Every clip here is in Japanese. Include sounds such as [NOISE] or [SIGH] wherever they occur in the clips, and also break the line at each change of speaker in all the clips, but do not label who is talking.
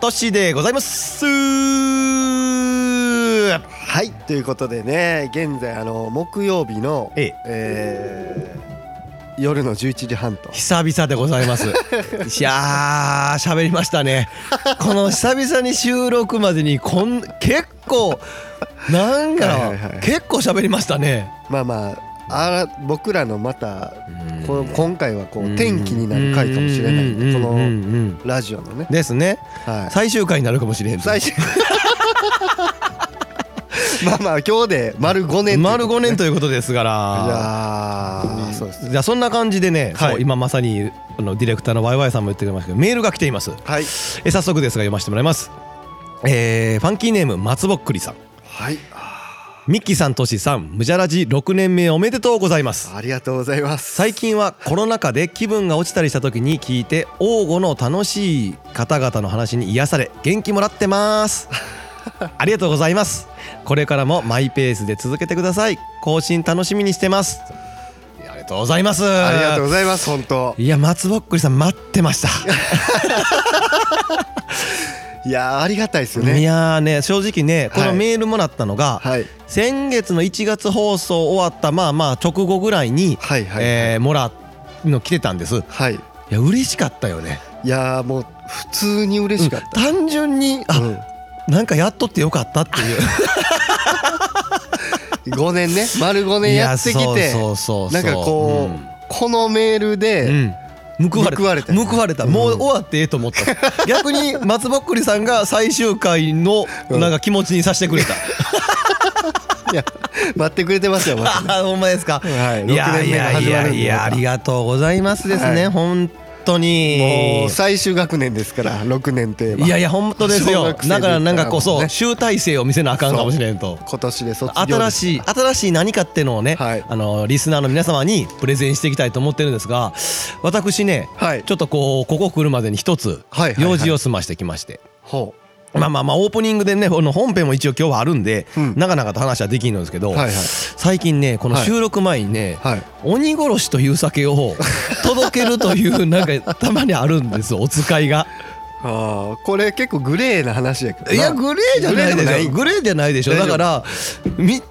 トシでございます
はいということでね現在あの木曜日の、
ええ
えー夜の11時半と
久々でございます
[LAUGHS]
いやー喋りましたねこの久々に収録までにこん結構なんやろ
はいはいはい
結構喋りましたね
まあまああら僕らのまたこ
こ
今回はこう天気になる回かもしれないんでこの
の
ラジオのね、
ですね
はい、
最終回になるかもしれん
最終 [LAUGHS] まあまあ今日で丸5年
丸
5
5年ということですから
いやーそうです
じゃあそんな感じでね、
はい
そう今まさにあのディレクターのワイワイさんも言ってくれましたけどメールが来ています
はい
えー早速ですが読ませてもらいます、えーファンキーネーム松ぼっくりさん
はい
ミッキーさんとしさんムジャラジ6年目おめでとうございます
ありがとうございます
最近はコロナ禍で気分が落ちたりした時に聞いて王吾の楽しい方々の話に癒され元気もらってます
[LAUGHS]
ありがとうございますこれからもマイペースで続けてください更新楽しみにしてますいやありがとうございます
ありがとうございます本当
いや松ぼっくりさん待ってました
いやーありがたいですよ
い
ね
やーね正直ねこ
は
の
い
メールもらったのが、
はい
先月の1月放送終わったまあまあ直後ぐらいに、
はいはい、
えーもらうの来てたんですい
はい
や嬉しかったよね
いやーもう普通に嬉しかった、
単純にあ、
うん
なんかやっとってよかったっ
[LAUGHS]
ていう
5年
[LAUGHS]
ね丸5年やってき
い
て
そうそうそ
な
う
んかこう、
ん
このメール
う
で、
ん報われた
報われたうん
もう終わってええと思
[LAUGHS]
った、逆に松ぼっくりさんが最終回の
うん
なんか気持ちにさせてく
[LAUGHS]
れた、
いや待ってくれてますよ、
[LAUGHS]
また
あほんまですか、
はい、6
いや
年
い
目が
やい
始ま
や
るん
いやあり
で
がとうございますです
は
ね、
い
本当に
もう最終学年ですから6年といえば
いやいや本当です
小
よ
学生
だからなんかこう
で言ったらもう
そう
ね
集大成を見せなあかんかもしれんと
今年で卒業です
新しい新しい何かっていうのをね、
はい
あのリスナーの皆様にプレゼンしていきたいと思ってるんですが私ね
はい
ちょっとこうここ来るまでに一つ
はいはいはい
用事を済ましてきまして。
ほ
まあまあまあオープニングでねこの本編も一応今日はあるんで、
うん
なかなかと話はできんのですけど、
はいはい
最近ねこの収録前にね、
はい
鬼殺しという酒を届けるというなんかたまにあるんですよお使いが。
あーこれ結構グレーな話やけど
いや
グ
グレーじゃないでしょグレーじゃないでしょ
大丈夫
だから
[LAUGHS]
み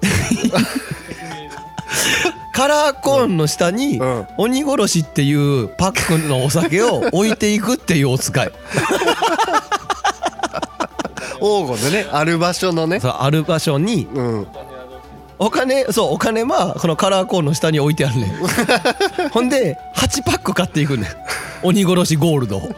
カラーコーンの下に
うん
鬼殺しっていうパックのお酒を置いていくっていうお
[LAUGHS]
使い
王吾のねある場所のね
そうある場所に
うん
お金そうお金はこのカラーコーンの下に置いてあるね
[LAUGHS]
んほんで8パック買っていくねん鬼殺しゴール
[LAUGHS]
ドをこ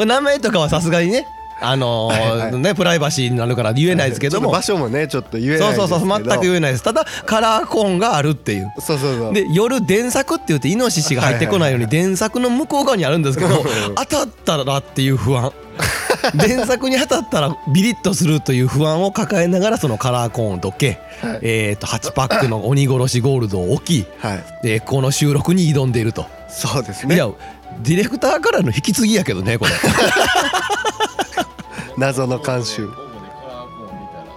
れ名前とかはさすがにねあのー
はいはい
ねプライバシーになるから言えないですけ
ち
ど
ょっ
も
と場所もねちょっと言えない
そうそうそう全く言
え
えないですただカラーコーンがあるっていう
そうそうそう
で夜電柵って言ってイノシシが入ってこないように電柵の向こう側にあるんですけど当たったらっていう不安 [LAUGHS] 電柵に当たったらビリッとするという不安を抱えながらそのカラーコーンをどけ、えー、と8パックの鬼殺しゴールドを置き、
はい
えーこの収録に挑んでいると、
そうですね
いやディレクターからの引き継ぎやけどねこれ
謎の監修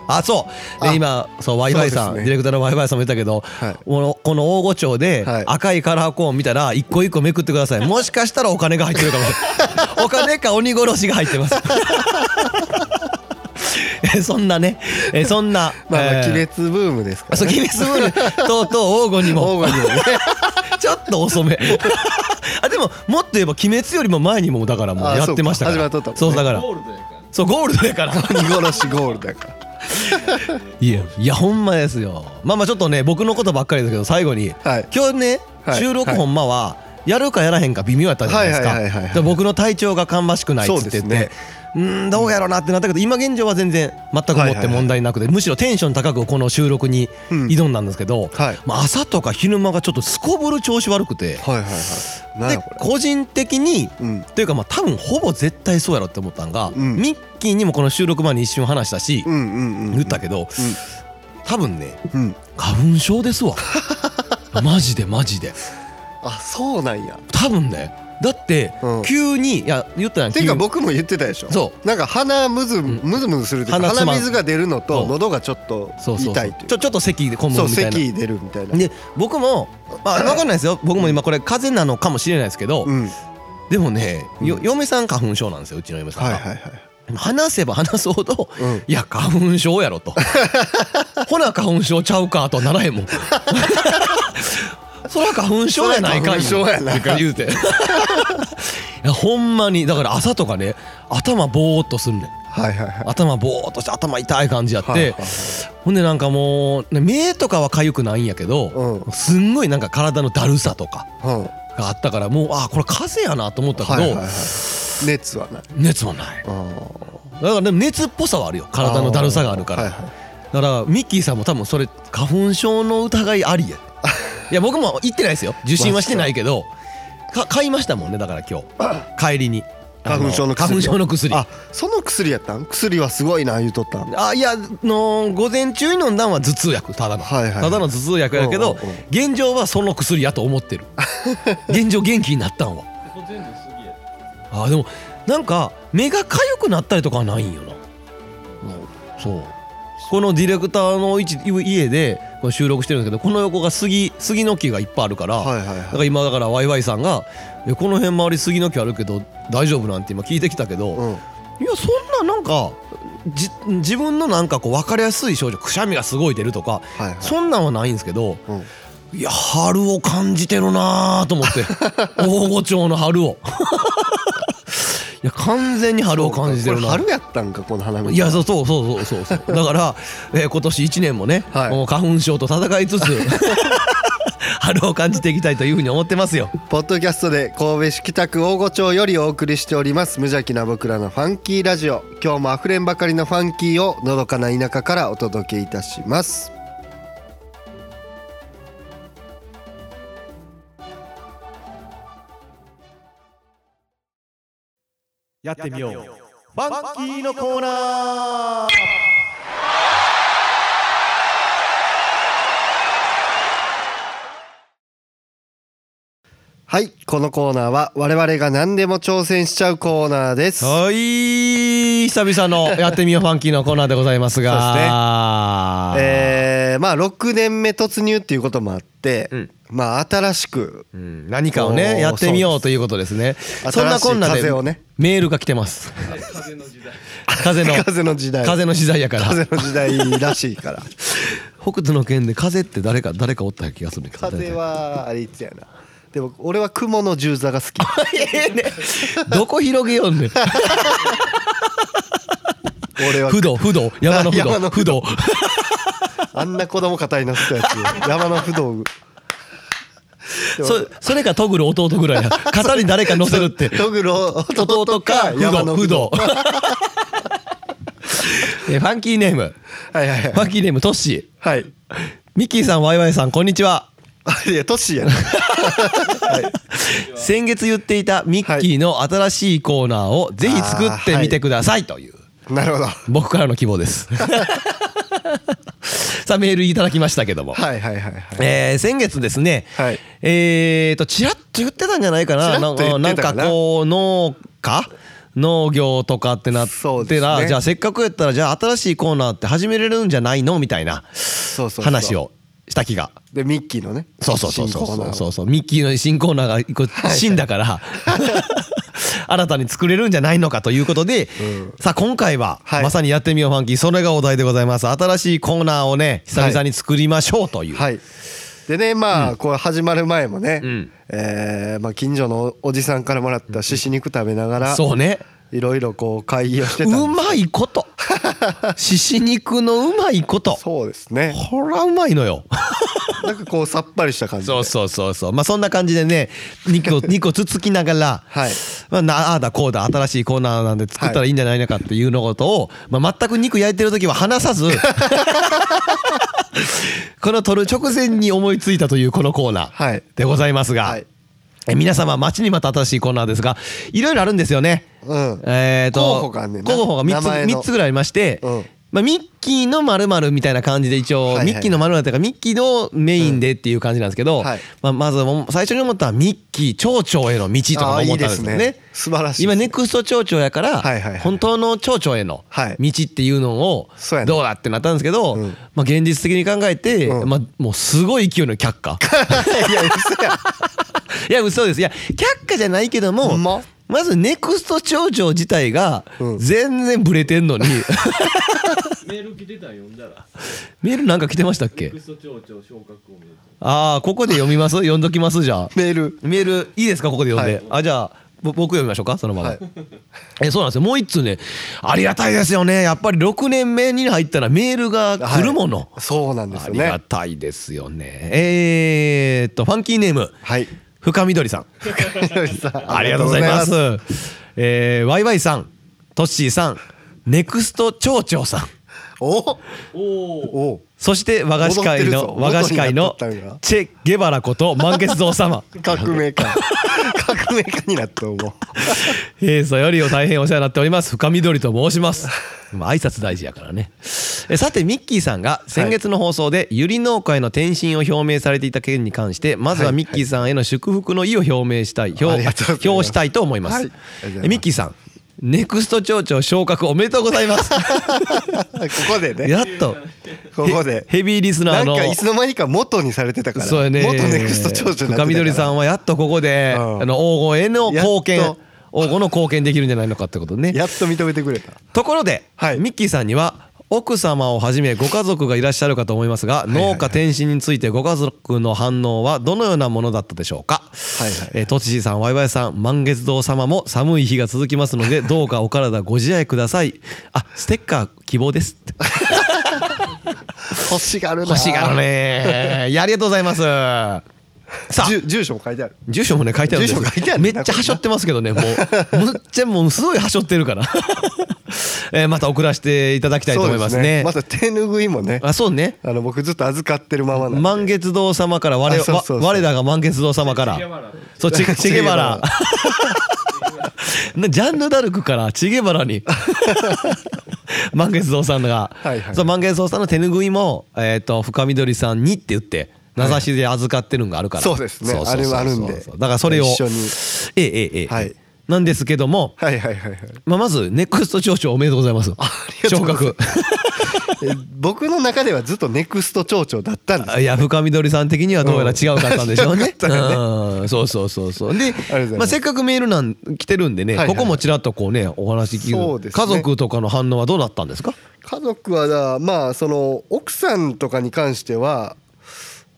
あそうで
あ
今そう w i f i さん、
そうですね
ディレクターの w i f i さんも言ったけど、
はい
このこの大御町で
はい
赤いカラーコーン見たら一個一個めくってくださいもしかしたらお金が入ってるかもしれ
[LAUGHS]
ないお金か鬼殺しが入ってます [LAUGHS] えそんなねえそんな
まあまあ
えー
鬼滅ブームですから
そう鬼滅ブームとうとう黄金に
王
も
吾にもね
ちょっと遅め [LAUGHS] あでももっと言えば鬼滅よりも前にもだからもう
あ
やってましたから
そうか始まっとった
そ
もん
う
ね
だからそうゴールドやから
鬼殺しゴールだから
いやいやほんまですよまあまあちょっとね僕のことばっかりですけど最後に、
はい
今日ね、
はい
収録ほんまは、やるかやらへんか微妙やったじゃないです
はいはいはいはいは
か
い
で僕の体調が芳しくないっつって
そうで
て、
すね
うーんどうやろうなってなったけど今現状は全然全く
はい
思
はい
っ
はい
て問題なくてむしろテンション高くこの収録に
うん
挑んだんですけど、
はい
まあ、朝とか昼間がちょっとすこぶる調子悪くて
はいはいはいなん
で
やこれ
個人的に
うん
というかまあ多分ほぼ絶対そうやろって思ったんが、
うん
ミッキーにもこの収録前に一瞬話したし、
うんうんうん
言ったけど、多分ね
うん
花粉症です
[LAUGHS]
わマジでマジで
あそうなんや
多分ねだって
うん
急に、いや言ったやん
ていう
急
か
に
僕も言ってたでしょ
そう
なんか鼻むず
ん
むずむずするというか
鼻つま
鼻
ん
水が出るの
そ
と
う
喉がちょっと
そうそう
痛
そう
いという
ちょちょっと咳でこむ
そう
みたいな
咳出るみたいな
で僕もまあ分かんないですよ僕も今これ風邪なのかもしれないですけど、
うんはい
でもね、よ
うん
嫁さん花粉症なんですようちの嫁さんが、
はいはい
話せば話すほど、
うん
いや花粉症やろ
[LAUGHS]
とほな花粉症ちゃうかとはならへんもんそら花粉症やないかい
そら花粉症やな
とか言うていやほんまにだから朝とかね頭ぼーっとすんねん
はいはいはい
頭ぼーっとして頭痛い感じやって、
はいはいはい
ほんでなんかもうね目とかは痒くないんやけど、
うん
すんごいなんか体のだるさとか
うん
があったからもうあーこれ風邪やなと思ったけど、
はいはいはい熱はない
熱もない
あ
だからでも熱っぽさはあるよ体のだるさがあるから、
はいはい
だからミッキーさんも多分それ花粉症の疑い
[LAUGHS]
ありやいや僕も行ってないですよ受診はしてないけどか買いましたもんねだから今日帰りにあ
花粉症の薬を
花粉症の薬
あその薬やったん薬はすごいな言うとったん
あいやあの午前中に飲んだんは頭痛薬ただの、
はいはいはい
ただの頭痛薬やけど、
うんうんうん
現状はその薬やと思ってる現状元気になったんはあでもなんか目が痒くなったりとかはないんよな、そうこのディレクターの位置家でこの収録してるんですけどこの横が杉杉の木がいっぱいあるから、
はいはい
だ
は
から今だからワイワイさんが「えこの辺周り杉の木あるけど大丈夫?」なんて今聞いてきたけど、
いうん
いやそんななんかじ自分のなんかこう分かりやすい症状くしゃみがすごい出るとか
はいはい
そんなんはないんですけど
うん
いや春を感じてるなーと思って
[LAUGHS]
大御町の春をいや完全に春を感じてる
こ
な
れ春やったんかこの花見
いやそうそうそうそうそうそうだから、えー今年1年もね、
はい
もう花粉症と戦いつ [LAUGHS] つ春を感じていきたいというふうに思ってますよ
ポッドキャストで神戸市北区大御町よりお送りしております無邪気な僕らのファンキーラジオ今日もあふれんばかりのファンキーをのどかな田舎からお届けいたします
やってみよう
ファンキーのコーナー
はいこのコーナーは我々が何でも挑戦しちゃうコーナーですは
はい久々の「やってみようファンキー」のコーナーでございますが
いえー、まあ6年目突入っていうこともあって、
ん
まあ新しく
うん何かを
おー
ねやってみようということですね
す
そんなこんな
新しい
で
風をね
メールが来てます風の
[LAUGHS] 風の時代
風の時代やから
風の時代らしいから
北斗の剣で風って誰か誰かおった気がするんだけど
風はあれいつやなでも俺は雲の十座が
[LAUGHS]
好き
ええねどこ広げ
[LAUGHS]
よんねん
俺は
不動不動山の不
山
動
の
不動
あんな子供語りなすったやつ山の不動
そそれかトグル弟ぐらいや肩に誰か乗せるって
トグロ
弟か不
山
動
の
不
不動
動 [LAUGHS] えファンキーネーム
はいはい
フ
は
ァ
い
ンキーネームトッシー
はい
ミッキーさんワイワイさんこんにちは
あいやトッシーやなはい
[LAUGHS] 先月言っていたミッキーの新しいコーナーをぜひ作ってみてくださいという
なるほど
僕からの希望です
[LAUGHS]
さあメールいただきましたけども
はいはいはいはい
えー先月ですね、
はい
えーとちらっと言ってたんじゃないか
ちら
な
っと言ってたか
なん
な
かなんかこう農家農業とかってなっ
そう
て
です
な、
ね
じゃあせっかくやったらじゃあ新しいコーナーって始めれるんじゃないのみたいな
そうそうそう
話をした気が
でミッキーのね
そうそうそうそ
新
う
コー
そ
ナ
う
ー
そうミッキーの新コーナーが一個死んだから
[LAUGHS]
新たに作れるんじゃないのかということで、さあ今回は、
はい
まさにやってみようファンキーそれがお題でございます新しいコーナーをね久々に作りましょうという、
はいでねまあこう始まる前もね
ん
えーまあ近所のおじさんからもらった獅子肉食べながら
そうね
いろいろこう会議をしてたんです
うまい
[LAUGHS]
こと獅子肉のうまいこと
そうですね
こらうまいのよ
なんかこうさっぱりした感じで
そうそうそうそうまあそんな感じでね2個
[LAUGHS]
2個つつきながら、
はい
まあ、なあーだこうだ新しいコーナーなんで作ったらいいんじゃないのかっていうのことを、まあ、全く肉焼いてる時は話さ
[LAUGHS]
ずこの撮る直前に思いついたというこのコーナ
は
ー
い
でございますが、
はい
え皆様待ちに待った新しいコーナーですがいろいろあるんですよね。
うん
えーと
候補があんねんな
候補が3
名前
つ
の
三つぐらいありまして、
うん
まあ、ミッキーのまるみたいな感じで一応、
はいはい
ミッキーのまるというかミッキーのメインでっていう感じなんですけど、
はい
まあ、まずも最初に思ったのはミッキー町長への道とか
あーい
思っ
いで
たんです
す
よ
ね
ね。
素晴らしいです
今ネクスト町長やから、
はいはいはい
本当の町長への
はい
道っていうのを
そうやね
どうだってなったんですけど、
ん
まあ、現実的に考えて、
うん
まあ、もうすごい勢いの却
[LAUGHS]
下。
いや嘘や
[LAUGHS] いや嘘ですいや却下じゃないけども、
ほんま
ずネクスト町長自体が
うん
全然ブレてんのに
[LAUGHS] メール来てたん読んだら
メールなんか来てましたっけ
クソ町長昇格おめでとう
ああここで読みます読んどきますじゃあ
メール
メールいいですかここで読んで、あじゃあぼ僕読みましょうかそのまま、
はい
えそうなんですよもう一通ねありがたいですよねやっぱり6年目に入ったらメールが来るもの、
はいそうなんです
あ
よ
りが
ね
たいですよねえー、っとファンキーネーム [LAUGHS]
はい
深緑さんありがとうございます。えー、ワイワイさん、トッシーさん、ネクスト町長さん、
お
おお
お
そして和菓子会の
戻
和
ってるぞ
菓子会の
元になっとったんや
チェ・ゲバラこと満月堂様。
革命家
[LAUGHS]
革命家になった思う
平素よりを大変お世話になっております深緑と申
[LAUGHS]
しますまあ挨拶大事やからねえさてミッキーさんが先月の放送でゆり農家への転身を表明されていた件に関してまずはミッキーさんへの祝福の意を表明したい表
ありがとうございます
表したいと思いま
はいあ
す
りがとうございます
えミッキーさんネクスト町長昇格おめでとうございます
ここでね
[LAUGHS] やっと
ここで
ヘヘビーリスナ
な
ー
ん
の
かいつの間にか元にされてたから
そうやね
元ネクスト長女になってたから
深緑さんはやっとここで、
うん
あの黄金への貢献
やっ
黄
と
金の貢献できるんじゃないのかってことね
やっと認めてくれた
ところで、
はい
ミッキーさんには奥様をはじめご家族がいらっしゃるかと思いますが農家転身についてご家族の反応はどのようなものだったでしょうか
はいはい
えーとちしーさんわいわいさん満月堂様も寒い日が続きます [LAUGHS] のでどうかお体ご自愛くださいあステッカー希望です
欲しがるな
欲しがる [LAUGHS] ねいやありがとうございますさあ
住住所も書いてある
住所もね書いてあるんです
住所書いてある
め
ね
っちゃはしょってますけどねもうむっちゃもうすごいはしょってるから [LAUGHS] えーまた送らせていただきたいと思いますね
そうですまた手ぬぐいもね
あそうね
あの僕ずっと預かってるままなんで
満月堂様から我
あそうそうそう
わ我らが満月堂様から
チェゲバラ
そうチェチェゲバラな [LAUGHS] ジャンヌ・ダルクからチゲバラ
[LAUGHS]
に満月堂さんが、
はいはい
そう満月堂さんの手拭いも、えー、と深緑さんにって言って名指しで預かってるんがあるから、
そうですねあれはあるんで
そうだからそれを
一緒に
ええええええ、
はい
なんですけども、
はいはいはいはい
まあ、まずネクスト上長おめでとうございます
りがとうござい
昇格
[LAUGHS] え僕の中ではずっとネクスト町長だったんです
いや深緑さん的にはどうやら違うかったんでしょ
[LAUGHS]
うね。
うん違うかった
うんそうそうそうそうで
とうございます
まあ、せっかくメールなん来てるんでね、
はいはい
ここもちらっとこうねお話聞
そ
く、
うですね
家族とかの反応はどうだったんですか
家族はだまあその奥さんとかに関しては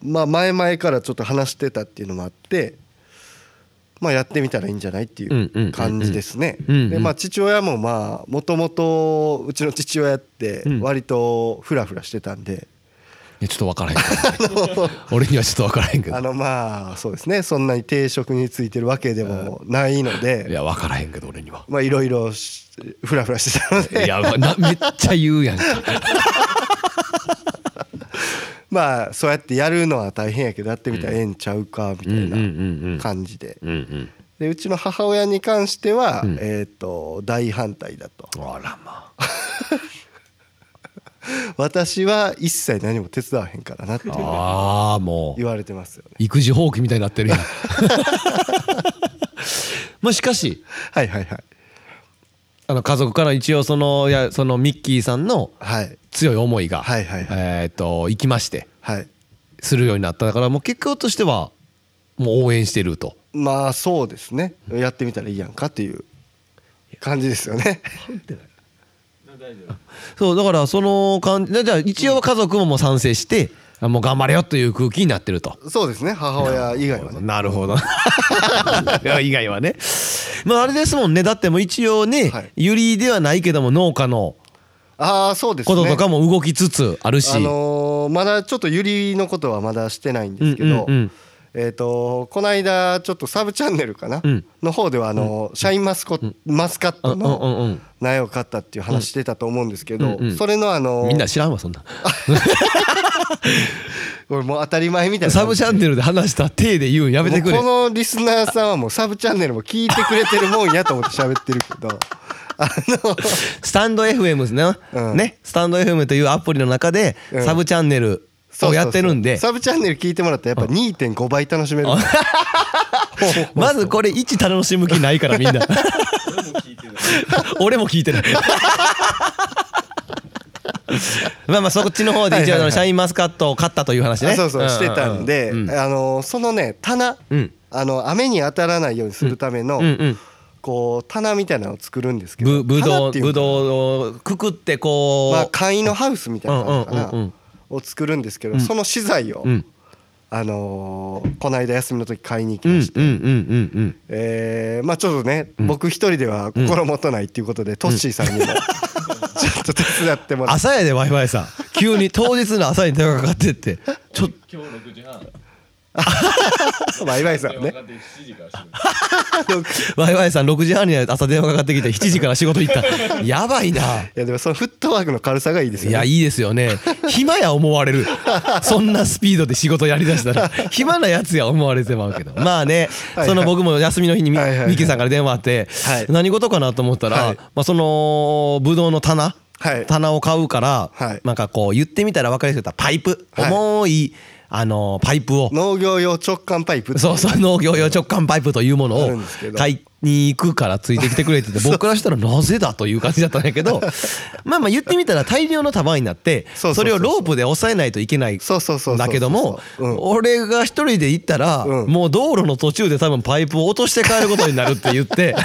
まあ前々からちょっと話してたっていうのもあってまあやってみたらいいんじゃないって
うんうんうんう
い
ん
う感じですね。
うんうん
でまあ父親もまあもともとうちの父親って
うん
割とフラフラしてたん
[LAUGHS]
で、
いやちょっとわからへんけど [LAUGHS] 俺にはちょっとわからへんけど
あのまあそうですねそんなに定職についてるわけでもないの
い
で
やわからへんけど俺には。
まあいろいろしフラフラしてたので
いやなめっちゃ言
[LAUGHS]
うやんか
まあそうやってやるのは大変やけどやってみたらええんちゃうかみたい
うんうんうんうん
な感じで
うんうん
でうちの母親に関しては、
ん
えっ、と大反対だと
あらま
私は一切何も手伝わへんからなって
あああもう
言われてますよね
育児放棄みたいになって
[LAUGHS]
るやん [LAUGHS] まあしかし
はいはいはい
あの家族から一応そのいやそのミッキーさんの
はい
強い思いが、
はいはいはい
えーっと行きまして
はい
するようになっただからもう結果としてはもう応援してると
まあそうですねやってみたらいいやんかっていう感じですよね
な大丈夫
そうだからその感じじゃあ一応家族ももう賛成して、あもう頑張れよという空気になってると。
そうですね母親以外はね
なるほど [LAUGHS] いや以外はねまああれですもんねだってもう一応ね、
はい
ユリではないけども農家の
ああそうです
こ
ね
ととかも動きつつあるし、
あのーまだちょっとゆりのことはまだしてないんですけど、
うんうん
えっ、とこの間ちょっとサブチャンネルかな、
うん
の方ではあのーシャインマスコ、マスカッ
うん、
ト
うんう
の
んうん
苗を買ったっていう話してたと思うんですけど、
うんうん
それのあのー
みんな知らんわそんな
これもう当たり前みたいな
サブチャンネルで話した体で言うんやめてくれ
もうこのリスナーさんはもうサブチャンネルも聞いてくれてるもんやと思って喋ってるけ
[LAUGHS]
どあの
スタンド FM ですね,、
うん
ねスタンド FM というアプリの中で
うん
サブチャンネルをやってるんで
そうそうそうサブチャンネル聞いてもらったらやっぱ2.5倍楽しめる
まずこれ一楽しむ気ないからみんな俺も聞
[LAUGHS]
いてないまあまあそっちの方で一応あのシャインマスカットを買ったという話ね
あそうそうしてたんで、
うん
あのそのね棚、
うん
あの雨に当たらないようにするための、
うんうん
こう棚みたいなのを作るんですけど
ぶぶ
棚
ど
っ
う
ていうの
ぶどうをくくってこう、
まあ簡易のハウスみたいなのかな、
うんうんうん
を作るんですけど、その資材を、
うん
あのーこの間休みの時買いに行き
うんう
ま
ん
して、
うんうん
えーまあちょっとね、僕一人では心もとないっていうことで、トッシーさんに
[LAUGHS]
もちょっと手伝っても
うん
らって
朝やで w i f i さん急に当日の朝に電話かかってってちょっと
今日6時半
ワイワイさん
電話
ね
かかって7時から仕事
ワイワイさん6時半に朝電話かかってきて7時から仕事行ったやばいない
やでもそのフットワークの軽さがいいですよ
い
ね
やいいですよね暇や思われるそんなスピードで仕事やりだしたら暇なやつや思われてまうけどまあね
はい
その僕も休みの日にみ
はいはいはい
ミキさんから電話あって
はい
何事かなと思った
は
ら
い
まあそのブドウの棚
はい
棚を買うから
はい
なんかこう言ってみたら分かりやすく言ったらパイプ
はい
重いあのパイプを
農業用直管パイプって
[LAUGHS] そうそう農業用直管パイプというもの
ある
を
んですけど
買いに行くからついてきてくれって
[LAUGHS]
言って僕からしたらなぜだという感じだったんやけどまあまあ言ってみたら大量の束になって
そうそうそうそ
そうれをロープで押さえないといけないん
そうそうそうそう
だけども
うん
俺が一人で行ったら
うん
もう道路の途中で多分パイプを落として帰ることになるって言って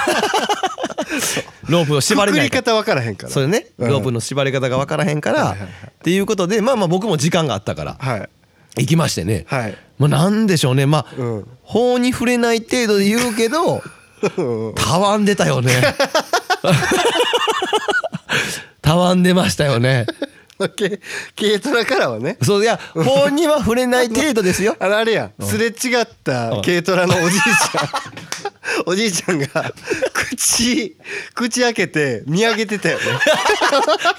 ロープを縛れ
作
ない
り
から。
方わからへんから
それね
うん
ロープの縛り方が分からへんから
はいはいはい
っていうことでまあまあ僕も時間があったから
はい
行きましてね
はい
まあなんでしょうねまあ、
うん
法に触れない程度で言うけどたわんでたよ [LAUGHS] ねたわんでましたよね
軽軽トラからはね
そういや法には触れない程度 [LAUGHS] ですよ
あのあれやんすれ違った軽トラのおじいちゃん [LAUGHS] おじいちゃんが口口開けて見上げてたよね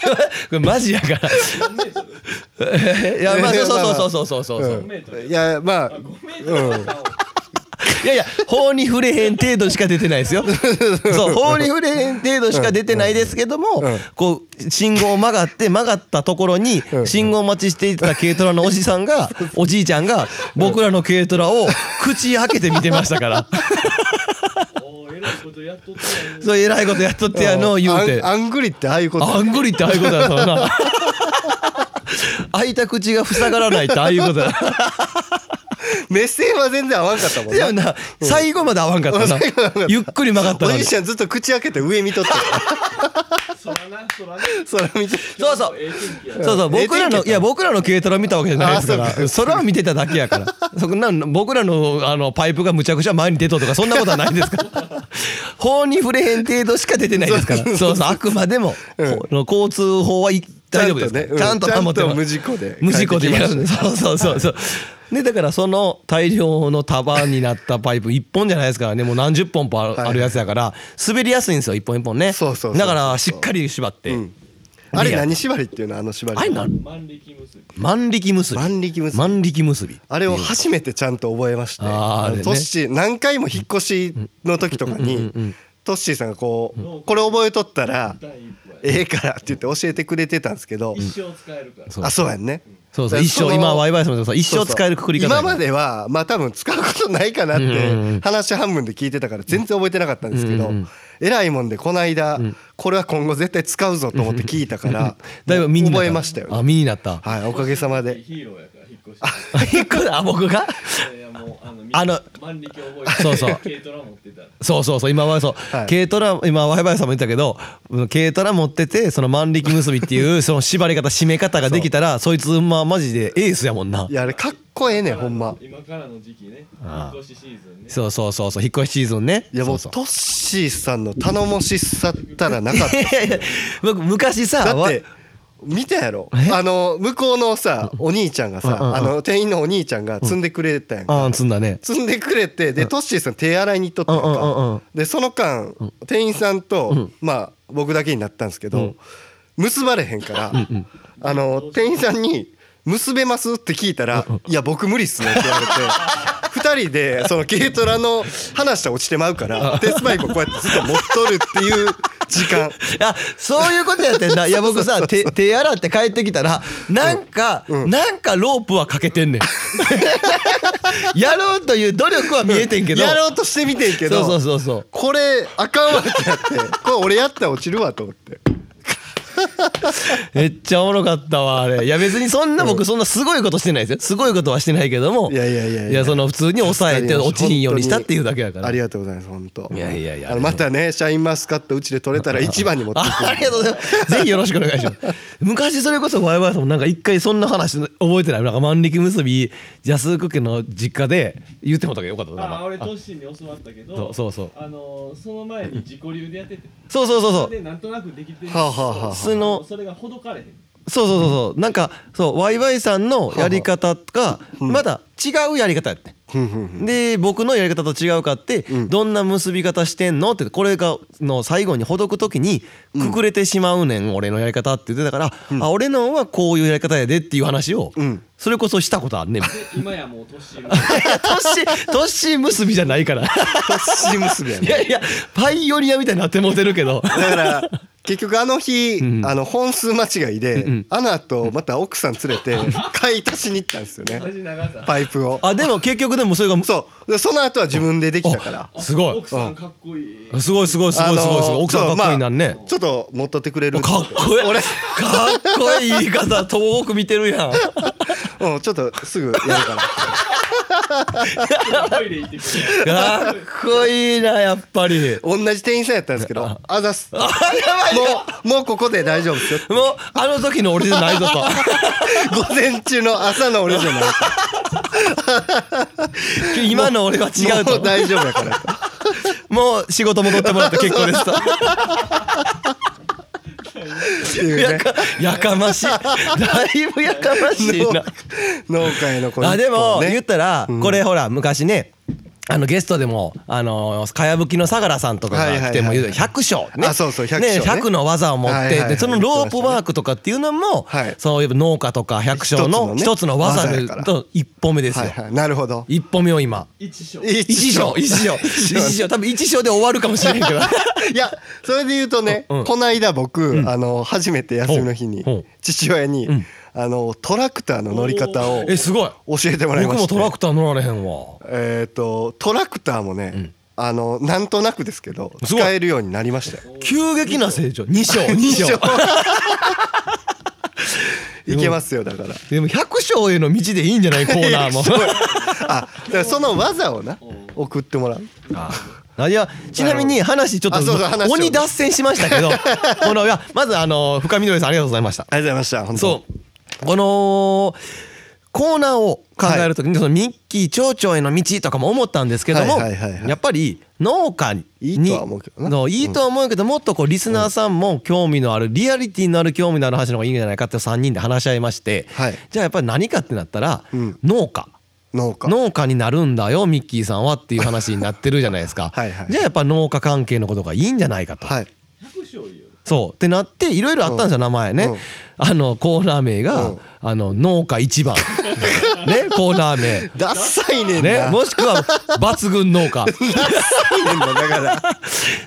これマジやからいやまあそうそうそうそうそうそうそう、
うんいやまあうん
いやいや法に触れへん程度しか出てないですよそう法に触れへん程度しか出てないですけども、
うん
こう信号を曲がって曲がったところに
うん
信号待ちしていた軽トラのおじさんがおじいちゃんが僕らの軽トラを口開けて見てましたから
おーえらいことやっとったやん
そうえらいことやっとってやの言うて
あんあんぐりってああいうこと
あんぐりってああいうことだそうな開いた口が塞がらないってああいうことだ
目線は全然合わんかったもん
いや
な
な最後まで合わんかったな
最後まで合わんかった
ゆっくり曲がった
お
の
じ
に
いちゃんずっと口開けて上見とって
そらなそらな
空見て
そうそう
ええ天気や
そうそう
うんえ
僕ら
え天気やっ
の
た
いや僕らの軽トラ見たわけじゃないですか
あそう
らそれは見てただけやから [LAUGHS] そんな僕らのあのパイプがむちゃくちゃ前に出とうとかそんなことはないですから [LAUGHS] 法に触れへん程度しか出てないですからそうそうあくまでも、この交通法はい大丈夫ですから
ちゃんとねうん
保って
ちゃんと
ます
無事故で
無事故でやるん
帰っ
で
てきました
そうそうそうそうねだからその大量の束になったパイプ1本じゃないですからねもう何十本もある
はい
あるやつやから滑りやすいんですよ1本1本ね
そうそうそうそう
だからしっかり縛って、
んあれ何縛りっていうのあの縛り
あれなん
万力結び
万力結び
万力結び
万力結び
あれを初めてちゃんと覚えまして、
うんあーあれね
トッシー何回も引っ越しの時とかにトッシーさんがこう「これ覚えとったら
第一歩や
ええから」って言って教えてくれてたんですけど、
一生使えるから
そう
あそうやんね
そう
だか
そう
ら
一生
の
今ワイワイさんもそう一生使えるくくり方
今まではまあ多分使うことないかなって話半分で聞いてたから全然覚えてなかったんですけどえらいもんでこの間これは今後絶対使うぞと思って聞いたから
だいぶ身になった
覚えましたよ
あ
ね
身になった
はいおかげさまで
ヒーローやから引っ越し
[LAUGHS] 引っ越あ僕が
ていやいやもうあの
あの
万力覚えて
そうそう
軽トラ持ってたら
そうそうそう今はそう、
はい
軽トラ今ワイワイさんも言ったけどうん軽トラ持っててその万力結びっていうその縛り方締め方ができたらそいつまあマジでエースやもんない
やあれかっこええねんほんま
今からの時期ね
ああ
引っ越しシーズンね
そうそうそうそう引っ越しシーズンね
いやもう
そ
トッ
そ [LAUGHS]
シーさんの頼もしさったらなかっ
いやいや僕昔さ
ただっ
わ
て見たやろ
え
あの向こうのさお兄ちゃんが
うんうんうん
さあの店員のお兄ちゃんが積んでくれたやん
あ
か
あ積んだね
積んでくれてでトッシーさん手洗いに行っとった
うん
や
うんう
んか
んうん
でその間店員さん
う
と
ん
まあ僕だけになったんですけ
うん
ど結ばれへんから
うん
あの店員さんに「結べます?」って聞いたら「いや僕無理っすね」って言われて [LAUGHS] 二人でその軽トラの話したら落ちてまうからテスマイクをこうやってずっと持っとるっていう時間。
あそういうことやってんだいや僕さ手手洗って帰ってきたらなんか、
うん
なんかロープはかけてんねん [LAUGHS] やろうという努力は見えてんけど
やろうとしてみてんけど
そうそうそう
これあかんわってなってこれ俺やったら落ちるわと思って
めっちゃおもろかったわあれいや別にそんな僕そんなすごいことしてないですよすごいことはしてないけども
いやいやいやいや
その普通に抑えて落ちひんようにしたっていうだけやから
ありがとうございます本当
いやいやいや
あのまたねシャインマスカットうちで取れたら一番に持ってい
[LAUGHS] あありがとうございます。ぜひよろしくお願いします。昔それこそワイワイさんもなんか一回そんな話覚えてないなんか万力結びジャスーク家の実家で言ってもらったけどよかったな
ああ俺トッシーに教わったけど
そうそうそう
あのーその前に自己流でやってて
そうそうそうそう
でなんとなくできてる
はあはあはあ
そう
はあ
あのそれがほどかれへん
そうそうそうそうなんかそうワイワイさんのやり方がまだ違うやり方やって。 [LAUGHS]
く
で僕のやり方と違うかって、
うん
どんな結び方してんのってこれがの最後にほどく時にくくれてしまうねん、俺のやり方って言ってたから、あ俺のはこういうやり方やでっていう話を、
うん
それこそしたことあ
[LAUGHS]
んねん
で今やもうトッシーも
トッシー、トッシー結びじゃないから。
し結びや
い [LAUGHS]
ね
やいや、パイオニアみたいになってもてるけど。
だから結局あの日
うん
あの本数間違い
うんうん
でアナとまた奥さん連れて買い足しに行ったんですよ
同
ね
じ長さ
パイプを
あ、でも結局でもそれが、
そうでその後は自分でできたから
あ
すごい
奥さんかっこいい
すごいすごいすごいすごいすごい。
あのー
奥さんかっこいいなんね。
ちょっと持っとってくれる
かっこいい。
俺
かっこいい言い方、遠く見てるやん。
うんちょっとすぐやるから
トイレ行ってくれ
[LAUGHS] かっこいいな、やっぱり。
同じ店員さんやったんですけど「あざっす」もうもうここで大丈夫ですよ
もう、あの時の俺じゃないぞ [LAUGHS] と。
[LAUGHS] 午前中の朝の俺じゃない
今の俺は [LAUGHS] 違う
も
と
う。大丈夫やから
もう仕事戻ってもらって結構 [LAUGHS] ですと。
っていう
や
ね
かやかましい。だいぶやかましいな。
農家へのこの
あで
一歩
も
をね
言ったら
うん
これほら昔ねあのゲストでもあのかやぶきの相良さんとかが来ても
はいはいはい
言う百姓ね
あそうそう百姓
ね
ね
百の技を持
はい
っ
はい
て
はい
でそのロープワークとかっていうのも
はい
そういう農家とか百姓の一
一
つ
つ
の
のね
技で
技やから
と一歩目ですよ
はいはいなるほど
一歩目を今
一章
一章一章一章多分一章で終わるかもしれないけど
いやそれで言うとね
うん
こないだ僕あの初めて休みの日に
ほうほう
父親
ん
にあのトラクターの乗り方を
えすごい
教 [LAUGHS] えてもらいま
僕
し
も
た
トラクター乗られへんわ
えっとトラクターもねあのなんとなくですけど
す
使
ごい
えるようになりましたよ
急激な成長
[LAUGHS]
二章二章
いけますよだから
でも百姓への道でいいんじゃないコ
[LAUGHS]
ーナーも
あだからその技をな送ってもらう
あいやちなみに話ちょっと
あそうそう話を
鬼脱線しました
[LAUGHS]
けどこのいやまずあの深みどりさんありがとうございました
ありがとうございました本当
そうこのコーナーを考えるときにそのミッキー町長への道とかも思ったんですけども
はいはいはいはい
やっぱり農家に
いいとは思うけどな
のいいとは思うけどもっとこうリスナーさんも興味のあるリアリティのある興味のある話の方がいいんじゃないかって3人で話し合いまして
はい
じゃあやっぱり何かってなったら
うん
農家。
農家
農家になるんだよミッキーさんはっていう話になってるじゃないですか
[LAUGHS] はいはい
じゃあやっぱ農家関係のことがいいんじゃないかと、
はい
百章いいよ
そうってなっていろいろあったんですよ名前ね、
うん
あのコーナー名が、
うん
あの農家
[LAUGHS]
一番ねコーナー名
ダサいねん
ね、
な
もしくは抜群
[LAUGHS]
農家
だから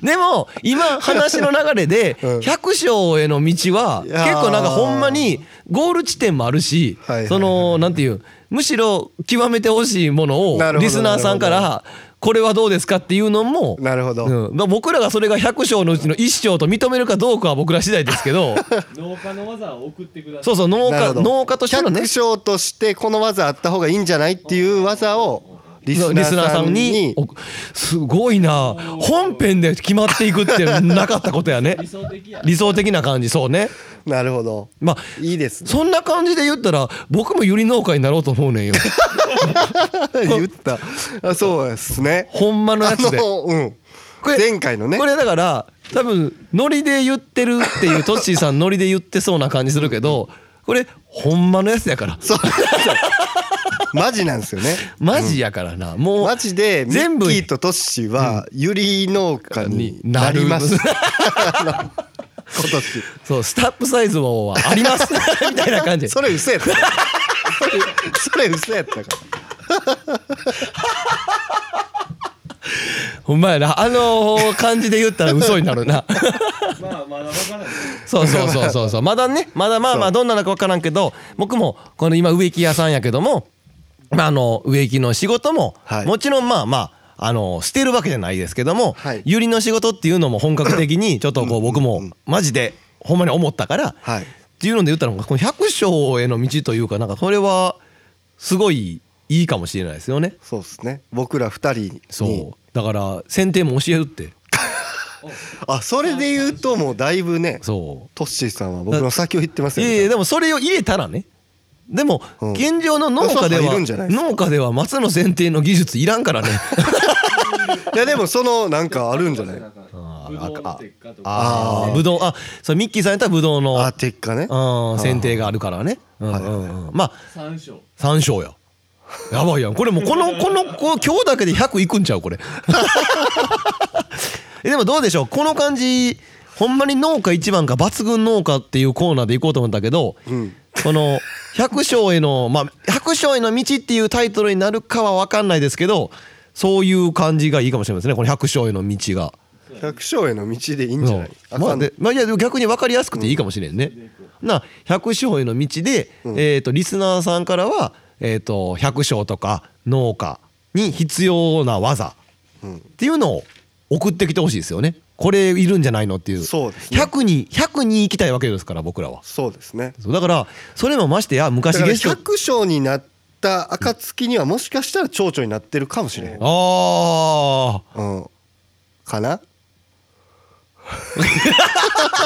でも今話の流れで
[LAUGHS] うん
百姓への道は結構なんかほんまにゴール地点もあるし
はいはいはい
そのなんていうむしろ極めてほしいもの
な
を
るほど
リスナーさんからこれはどうですかっていうのも
[LAUGHS] なるほど
うんまあ僕らがそれが百姓のうちの一姓と認めるかどうかは僕ら次第です
[LAUGHS]
けど
農家の技を送ってくださ
そ
いう
そう農
なる
家
ほど
農家としてのね
百姓としてこの技あった方がいいんじゃないっていう技をリス
リ
ナ
スナ
ー
ー
さ
さ
ん
んに
に
おすごいな本編で決まっていくってなかったことやね
理想的や
理想的な感じそうね
なるほど
まあ
いい [LAUGHS] ですね
そんな感じで言ったら僕もゆり農家になろうと思
[LAUGHS]
うねんよ
言ったあそうですね
ほんまのや
あ
つで
のうん
これ
前回のね
これだから多分ノリで言ってるっていうトッシーさんノリで言ってそうな感じするけどこれほんまのやつやから
そうマジなんですよね
マジやからなもう
マジでミ
全
ッ
部
キーとトッシーはユリ農家に
にな
な
る
りますあの今年
そうスタップサイズはあり
[LAUGHS]
ますみたいな感じ
それ嘘やったそれ嘘やったから
ほんまやなあの感じで言ったら嘘になる
[LAUGHS]
な
まあまだわからない
そうそうそうそうそうまだねまだまあまあどんなのか分からんけど僕もこの今植木屋さんやけどもまああの植木の仕事も
はい
もちろんまあまああの捨てるわけじゃないですけども
はい
ユリの仕事っていうのも本格的にちょっとこう僕もマジでほんまに思ったから
はい
っていうので言ったらこの百姓への道というかなんかこれはすごいいいかもしれないですよね。
そうですね僕ら二人に
そうだから剪定も教えるって
あそれで言うともうだいぶね
そ
トッシーさんは僕の先を言ってます
うい
よ
やいやでもそれを入れたらねでも
うん
現状の農家で
そうそうい
は
るんじゃないです
農家では松の剪定の技術いらんからね
いやでもそのなんかあるんじゃない
あブドウのステッカーとか
あ
[LAUGHS] あ
あ
ー
ぶどうあそうミッキーさんやったらぶどうの
あ結果ね
うん剪定があるからねうんう
はいはいはい
んうんまあ
山椒
山椒ややばいやんこれもうこのこのこ今日だけで100いくんちゃうこれ [LAUGHS] えでもどうでしょうこの感じほんまに農家一番か抜群農家っていうコーナーでいこうと思ったけど、この「百姓へのまあ百姓への道」っていうタイトルになるかは分かんないですけどそういう感じがいいかもしれませんねこの百姓への道が。
百姓への道でいいんじゃない
そうまあでまあいやでも逆に分かりやすくていいかもしれんね。な百姓への道で、えー、とリスナーさんからは、えー、と百姓とか農家に必要な技っていうのを送ってきてほしいですよね。これいるんじゃないのっていう
そうですね
100に100に行きたいわけですから僕らは。
そうですね
そうだからそれもましてや
だ
昔
から
ゲスト
百姓になった暁にはもしかしたら蝶々になってるかもしれへん
ああ
うんかな
マ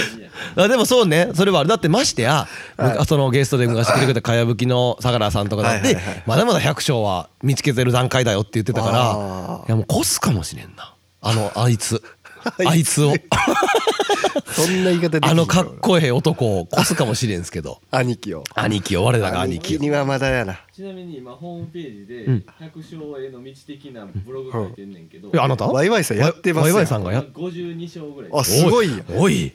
ジや
あでもそうねそれはあるだってましてや、むそのゲストで昔来てくれたかやぶきの相良さんとかだって
はいはいはい
まだまだ百姓は見つけてる段階だよって言ってたから
あー
いやもう越すかもしれんな
[LAUGHS]
あのあいつあいつを
そんな言い方できん
あのかっこええ男を越すかもしれんすけど
兄貴を
兄貴を我らが兄貴を
にはまだやな
ちなみに今ホームページで
ん
百姓への道的なブログ書いてんねんけど
えあなた
ワイワイさんやってますやん
ワイワイさんがやっ
52勝ぐらい
あすごいよ
おいおい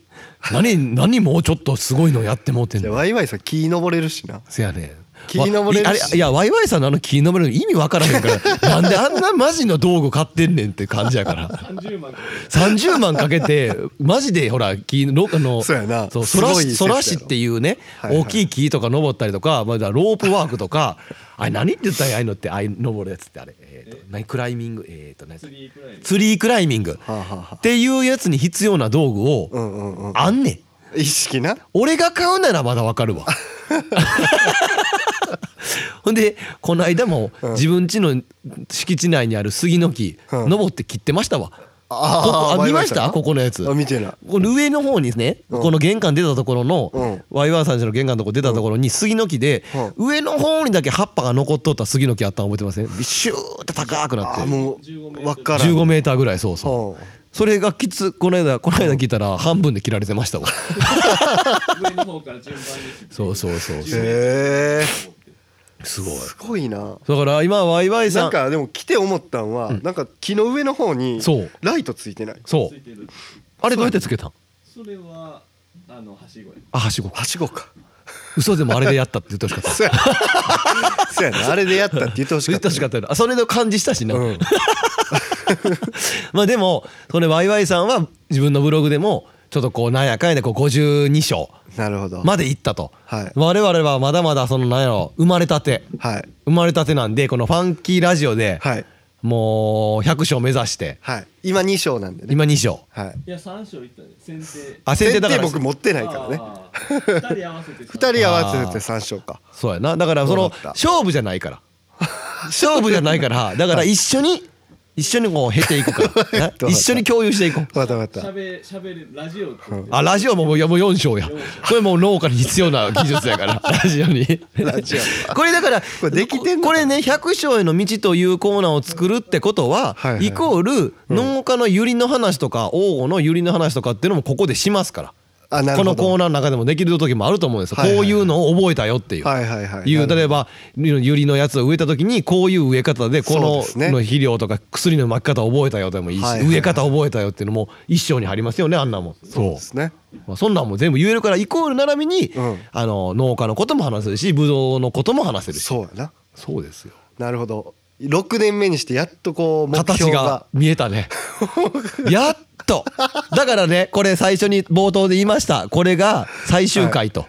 何何もうちょっとすごいのやってもうてん
じゃ
の
あワイワイさん木登れるしな
せやね
木に登れるし
わいあれいやワイワイさんのあの木に登れるの意味わからへんか
[LAUGHS]
らなんであんなマジの道具買ってんねんって感じやから
30万かけて
30万かけてマジでほら木のあの
そうやな
そう
す
ソ
ご
ラ
い
シ
設
ソ
備やろ
ラシっていうね
はいはい
大きい木とか登ったりとかまあだからロープワークとかあれ何って言ったらいいのってああいう登るやつってあれえーと何クライミングえーと何
ツリーくらい
ツリークライミン
は
グ
あはあはあ
っていうやつに必要な道具
う
を
んうんうん
あんねん
意識な
俺が買うならまだわか
[LAUGHS]
るわほんでこの間も
ん
自分家の敷地内にある杉の木
うん
登って切ってましたわ
あ
ここあ
ワイ
見
ワ
ま
イ
し
さん
たここのやつ
あ見てない
この上の方にですね、
うん
この玄関出たところの、
うん
ワイワーさんちの玄関のとこ出たところに杉の木で、上の方にだけ葉っぱが残っとった杉の木あったの覚えてませんビシューって高くなって
あも
15
うわからん
15メーターぐらいそうそう
うん
それがきつこの間この間聞いたら半分で切られてま
[LAUGHS]
したわ
上の方から順番に
そうそうそうそう
へえ
すごい
すごいな
だから今ワイワイさ
なんんかでも来て思ったんは、なんか木の上の方に
そう
ライトついてない [LAUGHS]
そ
つ
う
いてる
あれどうやってつけたん
それはあのはしごや
あはしご
はしごか
嘘でもあれでやったって言ってほし
[LAUGHS]
かった
そうやそうやなあれでやったって言ってほしか
言
っ
って
た
ほしかったよなあそれの感じしたしな、
うん
まあでもそれワイワイさんは自分のブログでもちょっとこうなんやかんやでこう52章
なるほど、
まで行ったと、
はい
我々はまだまだそのなんやろ生まれたて
はい
生まれたてなんでこのファンキーラジオで
はい
もう100章目指して
はい今2章なんでね
今2章
はい
いや3章いったね先手
あ先手だから
僕持ってないからね
あー2人合わせて
2人合わせて3章か
そうやなだからそ
そう
の
だった [LAUGHS]
勝負じゃないから勝負じゃないからだから一緒に一緒にこう経て
[LAUGHS]
いくからな一緒に共有していこう
またまた
喋喋るラジオって
あラジオももういやもう4
[LAUGHS]
章やこれもう農家に必要な技術やからラジオに
ラジ
これだから
これできてんの
これね「百姓への道」というコーナーを作るってことは、
はいはい
イコール農家の百合の話とか王吾の百合の話とかっていうのもここでしますから。
オあなるほ
この
ど
コーナーの中でもできる時もあると思うんですよ、
はいはいはい
こういうのを覚えたよっていう。
はいはいはい
いう例えばユリのやつを植えた時にこういう植え方でこ
そう
の
ですね
の肥料とか薬の巻き方覚えたよでもいいし、
はいはい
植え方覚えたよっていうのも一生に入りますよねあんなもんそう
ですね
まあ、そんなんも全部言えるからイコール並びに、
うん
あの農家のことも話せるしブドウのことも話せるし
そうやな
そうですよ
なるほど6年目にしてやっとこう目
形
標
が
が
見えたねやっとだからねこれ最初に冒頭で言いましたこれが最終回と、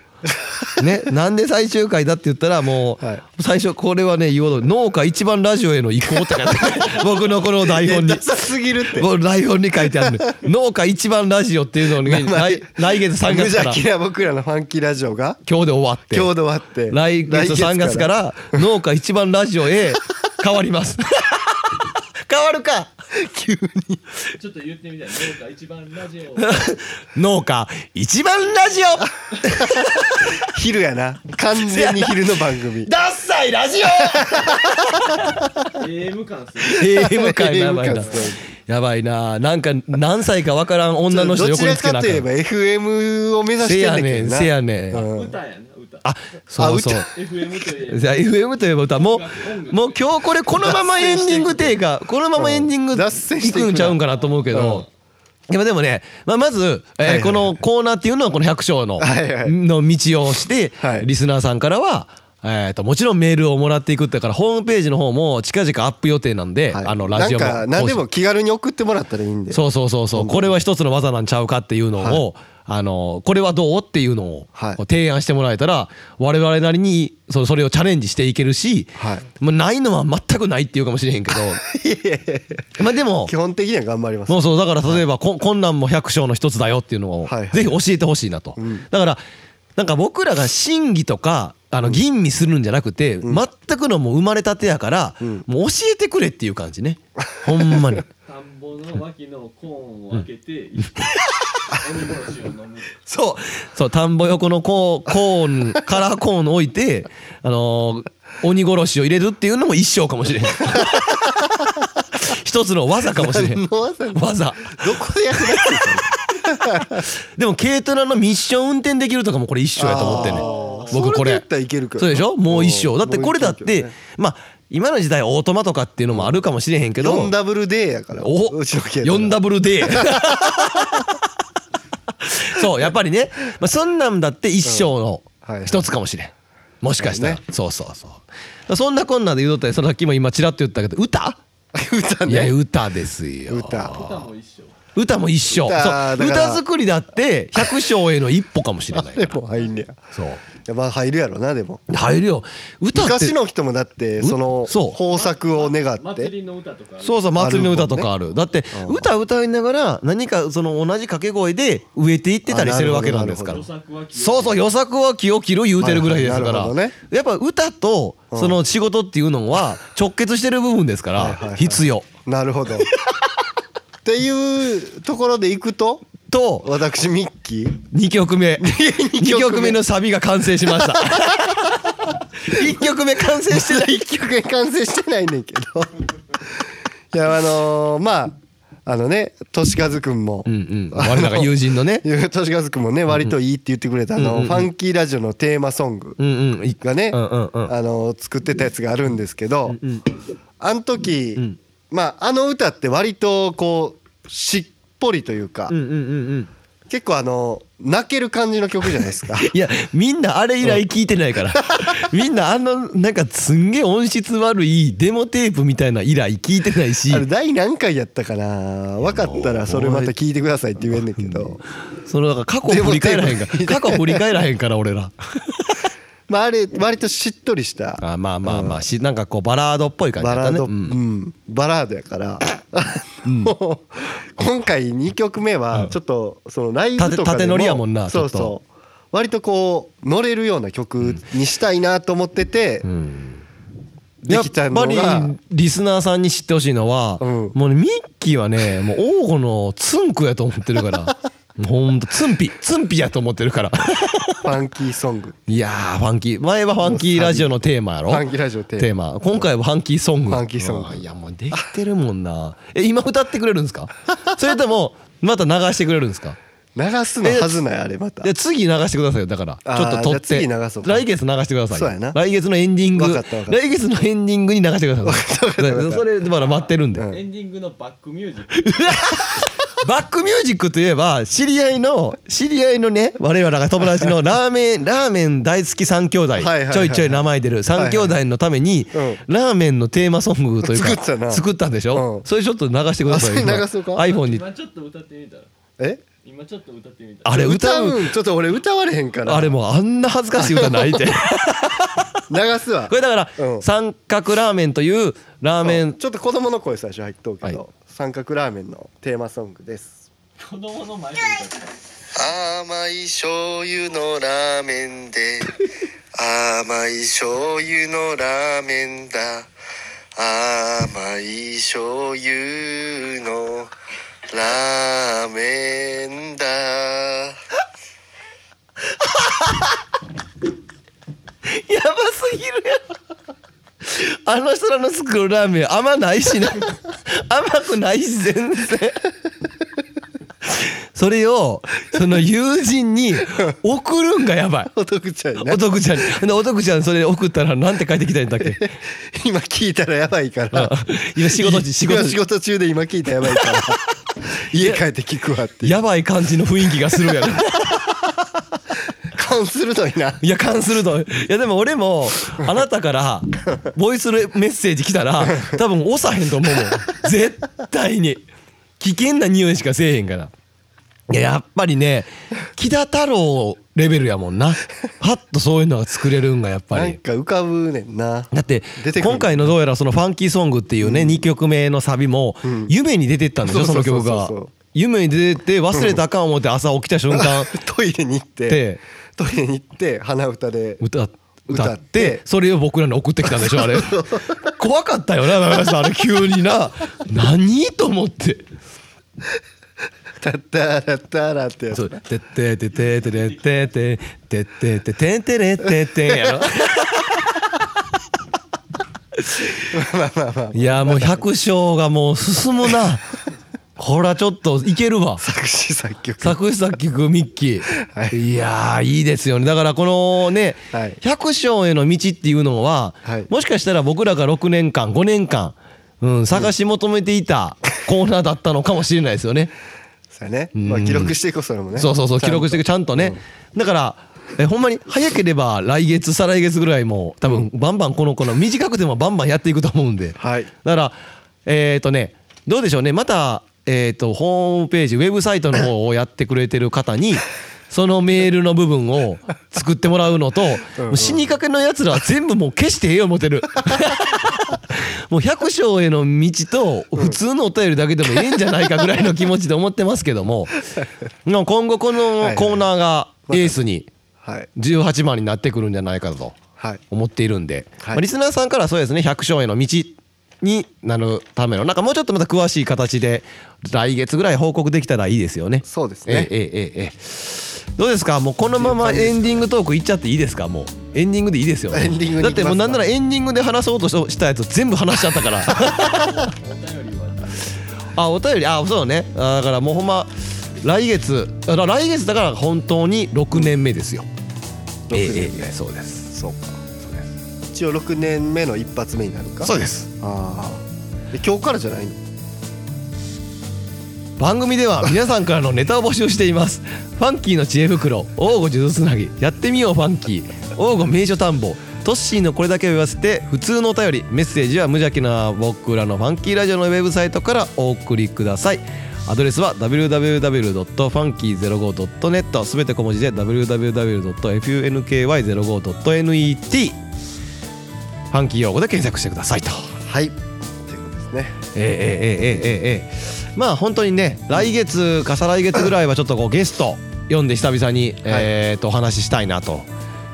ね、なんで最終回だって言ったらもう、
はい
最初これはね言おうと農家一番ラジオへの移行って書いてある僕のこの台本に
ダサすぎるって
この台本に書いてあるの農家一番ラジオっていうのに来来月3
無
月から
邪気な僕らのファンキーラジオが
今日で終わって
今日で終わって
来月3月から農家一番ラジオへ変わります変わる [LAUGHS] か
ちょっと言ってみたい農家一番ラジオ
[LAUGHS] 農家一番ラジオ [LAUGHS]
昼やな完全に昼の番組
ダッサいラジ
AM 感する
オ AM かやばい
AM
な
かそう
やばいななんか何歳かわからん女の人
ど
横
ち
に
ら
つけ
か
なあ
といえ
か
ば FM を目指
ん
して
せ
ん
や
だけ
ね
ど
ん
な
せやねん
うん
歌やな歌
あそうそう
あ
FM といえば
じゃあ FM といえば歌もうもう今日これこのままエンディングていうかこのままエンディング
うん脱線
い
していく
く
なん
ちゃうんかなと思うけど。でもでもね、まあ、まず、
はいは
え
い
ーこのコーナーっていうのはこの百姓の,、
はいはい
の道をして、
はい
リスナーさんからは、えー、ともちろんメールをもらっていくってからホームページの方も近々アップ予定なんで、
はい
あのラジオも
なんか何でも気軽に送ってもらったらいいんで
そうそうそうそうこれは一つの技なんちゃうかっていうのを、あのこれはどうっていうのを
はい
こう提案してもらえたら我々なりにそのそれをチャレンジしていけるし、
はい
まあ、ないのは全くないっていうかもしれへ
[LAUGHS]
んけどまあでも
基本的には頑張ります
もうそうだから例えばこ困難も百姓の一つだよっていうのを
はいはい
ぜひ教えてほしいなと、だからなんか僕らが審議とかあの吟味するんじゃなくて全くのもう生まれたてやからもう教えてくれっていう感じねほん
[LAUGHS]
まに。
田んぼの脇のコーンを開けて、鬼殺しを飲む。
そうそう田んぼ横のコーコーンカラーコーンを置いて、あのー鬼殺しを入れるっていうのも一生かもしれん一つの技かもしれん
何の技ど
技
こで役立ってる
でも軽トラのミッション運転できるとかもこれ一生やと思ってんね
あー
僕こ
それだ
れ
ったらいけるけど
そうでしょもう一
う
生
ん
だってこれだっ
もう一生いけ
て
るね
まあ今の時代オートマとかっていうのもあるかもしれへんけ
[LAUGHS]
ど
の4ダブルデーやから
お
うちの系
4ダブルでそうやっぱりね、まあ、そんなんだって一生の
はいはい
一つかもしれんもしかしたら
そう
そうそうそうそんなこんなで言うとったらそのさっきも今ちらっと言ったけど歌
歌
いや
ね
歌ですよ
歌
歌も一緒。
歌も一緒
歌
そう
だから
歌作りだって百姓への一歩かもし
[LAUGHS]
れない
でも入んねや
そう
いやまあ入るやろなでも
入るよ歌って
昔の人もだってその
そう
豊作を願っ
祭
て
りの歌とか。
そうそう祭りの歌とかあるだって歌歌いながら何かその同じ掛け声で植えていってたりしてるわけなんですから
著作は清
そうそう予策は気を切る言うてるぐらいですか
はい
ら、
はいなるほど
やっぱ歌とその仕事っていうのは直結してる部分ですか
はいはいは
ら
い
必要
なる
[LAUGHS]
ほどっていうところでいくと
と
私ミッキー
2
[LAUGHS]
曲目2曲目のサビが完成しました1曲目完成してない
一曲目完成してないねんけどいやあのーまああのねとしかずくんも、
[LAUGHS] うんうん我らが友人の
[LAUGHS]
ね
としかずくんもね割といいって言ってくれたあの、ファンキーラジオのテーマソング
うんうんい
がね、
うんうんうん
あの作ってたやつがあるんですけど、あの時、まああの歌って割とこうしっぽりというか、
うんうんうんうん
結構あの泣ける感じの曲じゃないです
[LAUGHS]
か
いやみんなあれ以来聞いてな
[LAUGHS]
いからみんなあのなんかすんげえ音質悪いデモテープみたいな以来聞いてないし
あれ第何回やったかな分かったらそれまた聞いてくださいって言えんねんけど。
そのなんか過去振り返らへんか
デモテープ
過去振り返らへんから俺ら
まあ、あれ割としっとりした
あまあまあまあしなんかこうバラードっぽい感じだ
バ
ったね
ラード、う
う
んん、バラードやから、もう [LAUGHS] 今回2曲目はちょっとそのライブとかでも
縦縦乗りやもんなち
そ
ょっ
う
と
そう割とこう乗れるような曲にしたいなと思ってて、できたの
やっぱ
が
りリスナーさんに知ってほしいのは、
うん
もうねミッキーはねもう王吾のツンクやと思ってるから [LAUGHS] ほんとツンピツンピやと思ってる [LAUGHS] から
ファンキーソング
いやーファンキー前はファンキーラジオのテーマやろ
ファンキーラジオテーマ
テーマ今回はファンキーソング
ファンキーソング
あいやもうできてるもんなえ今歌ってくれるんですかそれともまた流してくれるんですか
流すのはずないあれまた
で次流してくださいよだから
あー
ちょっと撮って
じゃあ次流そうか
来月流してください
そ
よ
うやな
来月のエンディング
わかったわかった
来月のエンディングに流してください
わかったわかった
それまだ待ってるんで、
うん
エンディングのバックミュージック
バックミュージックといえば知り合いの知り合いのね我々が
[LAUGHS]
友達のラーメンラーメン大好き三兄弟
いはいはい
ちょいちょい名前出る三兄弟のために
はいはい
ラーメンのテーマソングというか
作ったな
作ったんでし
う
ょ
ん
それちょっと流してくださいよ
あそれ流そうか
iPhone に
今ちょっと歌ってみたら
え
今ちょっと歌ってみたら
あれ歌
歌
う
うんちょっと俺歌われへんから
あれもうあんな恥ずかしい歌ないっ
[LAUGHS]
て
流すわ
これだから、
うん
三角ラーメンというラーメン、
ちょっと子供の声最初入っとうけど、
はい
三角ラーメンのテーマソングです
子供の前で歌って
甘い醤油のラーメンで甘い醤油のラーメンだ甘い醤油のラーメンだ
やばすぎるやんあの人らの作るラーメン甘ないし [LAUGHS] な甘くないし全然それをその友人 [LAUGHS] に送るんがやばい
お得ちゃんやな
[LAUGHS] お得ちゃんにほんでお得ちゃんそれ送ったらなん [LAUGHS] て書いてきたんだっけ
今聞いたらやばいから
今仕事中仕事
今仕
中
事中で今聞いたらやばいから家帰って聞くわっていう
やばい感じの雰囲気がするやろ
感するのにない
や、感すると。いや、でも俺も、あなたから、ボイスメッセージ来たら、多分押さへんと思うもん。絶対に。危険な匂いしかせえへんから。いや、やっぱりね、木田太郎レベルやもんな。パッとそういうのが作れるんが、やっぱ
なん
り。
か浮かぶねんな
だって
出てくる
今回のどうやらそのファンキーソングっていうね2曲目のサビも夢に出てったんでしょそ
そうそ
の
うそう
曲
そう
が夢に出てって忘れたらあかん思って朝起きた瞬
[LAUGHS]
間
トイレに行って
で
トイレに行って鼻歌で
歌っ
歌
歌
っ
っててそれを僕らに送ってきたんでしょあれ怖かったよな中村さんあれ急にな何と思って
「タッタラッタラ」ってや
そ
つ
う「てってててててててててててんてれてて」やろいやもう百姓がもう進むなこれはちょっといけるわ
作詞作曲
作詞作曲ミッキー、
はい
い、やーいいですよねだからこのね、
はい
百姓への道っていうのは、
はい
もしかしたら僕らが6年間5年間、うん、探し求めていたコーナーだったのかもしれないですよね。
そうやね、まあ、記録していこうそれもね
そうそうそう記録していくちゃんとね、だからえほんまに早ければ来月再来月ぐらいも多分バンバンこの子の短くてもバンバン [LAUGHS] やっていくと思うんで、
はい
だからえっ、とねどうでしょうねまた、えー、とホームページウェブサイトの方をやってくれてる方
[LAUGHS]
にそのメールの部分を作ってもらうのともう死にかけのやつらは全部もう消してええよ思っ
[LAUGHS]
てるもう百姓への道と普通のお便りだけでもええんじゃないかぐらいの気持ちで思ってますけ
[LAUGHS]
どもまあ今後このコーナーがエースに
はい
18番になってくるんじゃないかと
はい
思っているんで、
はい
まあリスナーさんからはそうですね百姓への道になるためのなんかもうちょっとまた詳しい形で来月ぐらい報告できたらいいですよね。
そうです
え
ね
えええええどうですかもうこのままエンディングトークいっちゃっていいですかもうエンディングでいいですよね
[LAUGHS] エンディングに行きますか
だってもうなんならエンディングで話そうとししたやつ全部話しちゃったから
[LAUGHS]
お便りは
あお便りあそうねあだからもうほんま来月あら来月だから本当に6年目ですよ、ええええええそうです
そうか一応6年目の一発目になるか
そううです
ああで今日からじゃないの
番組では皆さんからのネタを募集していますファンキーの知恵袋王吾数珠つなぎやってみようファンキー王吾名所探訪トッシーのこれだけを言わせて普通のお便りメッセージは無邪気な僕らのファンキーラジオのウェブサイトからお送りくださいアドレスは www.funky05.net すべて小文字で www.funky05.net ファンキー用語で検索してくださいと
はいということですね
えええええええええまあ本当にね来月か再来月ぐらいはちょっとこうゲスト読んで久々に、えーとお話ししたいなと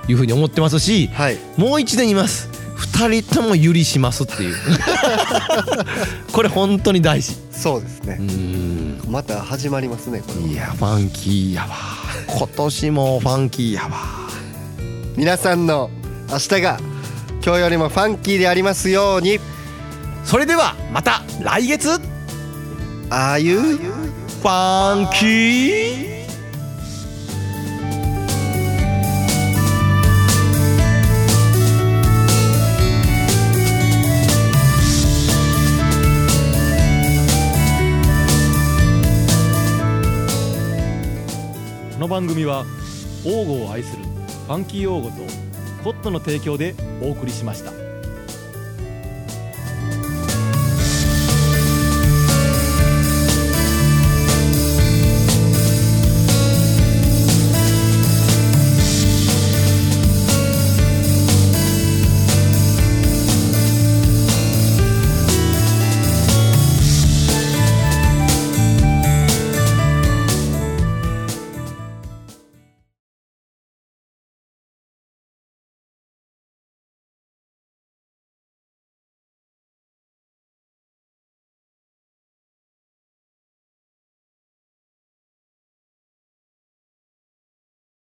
いうふうに思ってますし、
はい
もう一年います二2人ともゆりしますって [LAUGHS] いうこれ本当に大事
そうですね
う、ん
また始まりますねこれ
いやファンキーやわ今年もファンキーやわ
皆さんの明日が今日よりもファンキーでありますように
それではまた来月フ
ああいう
ァンキー
この番組は王語を愛するファンキー王語とコットの提供でお送りしました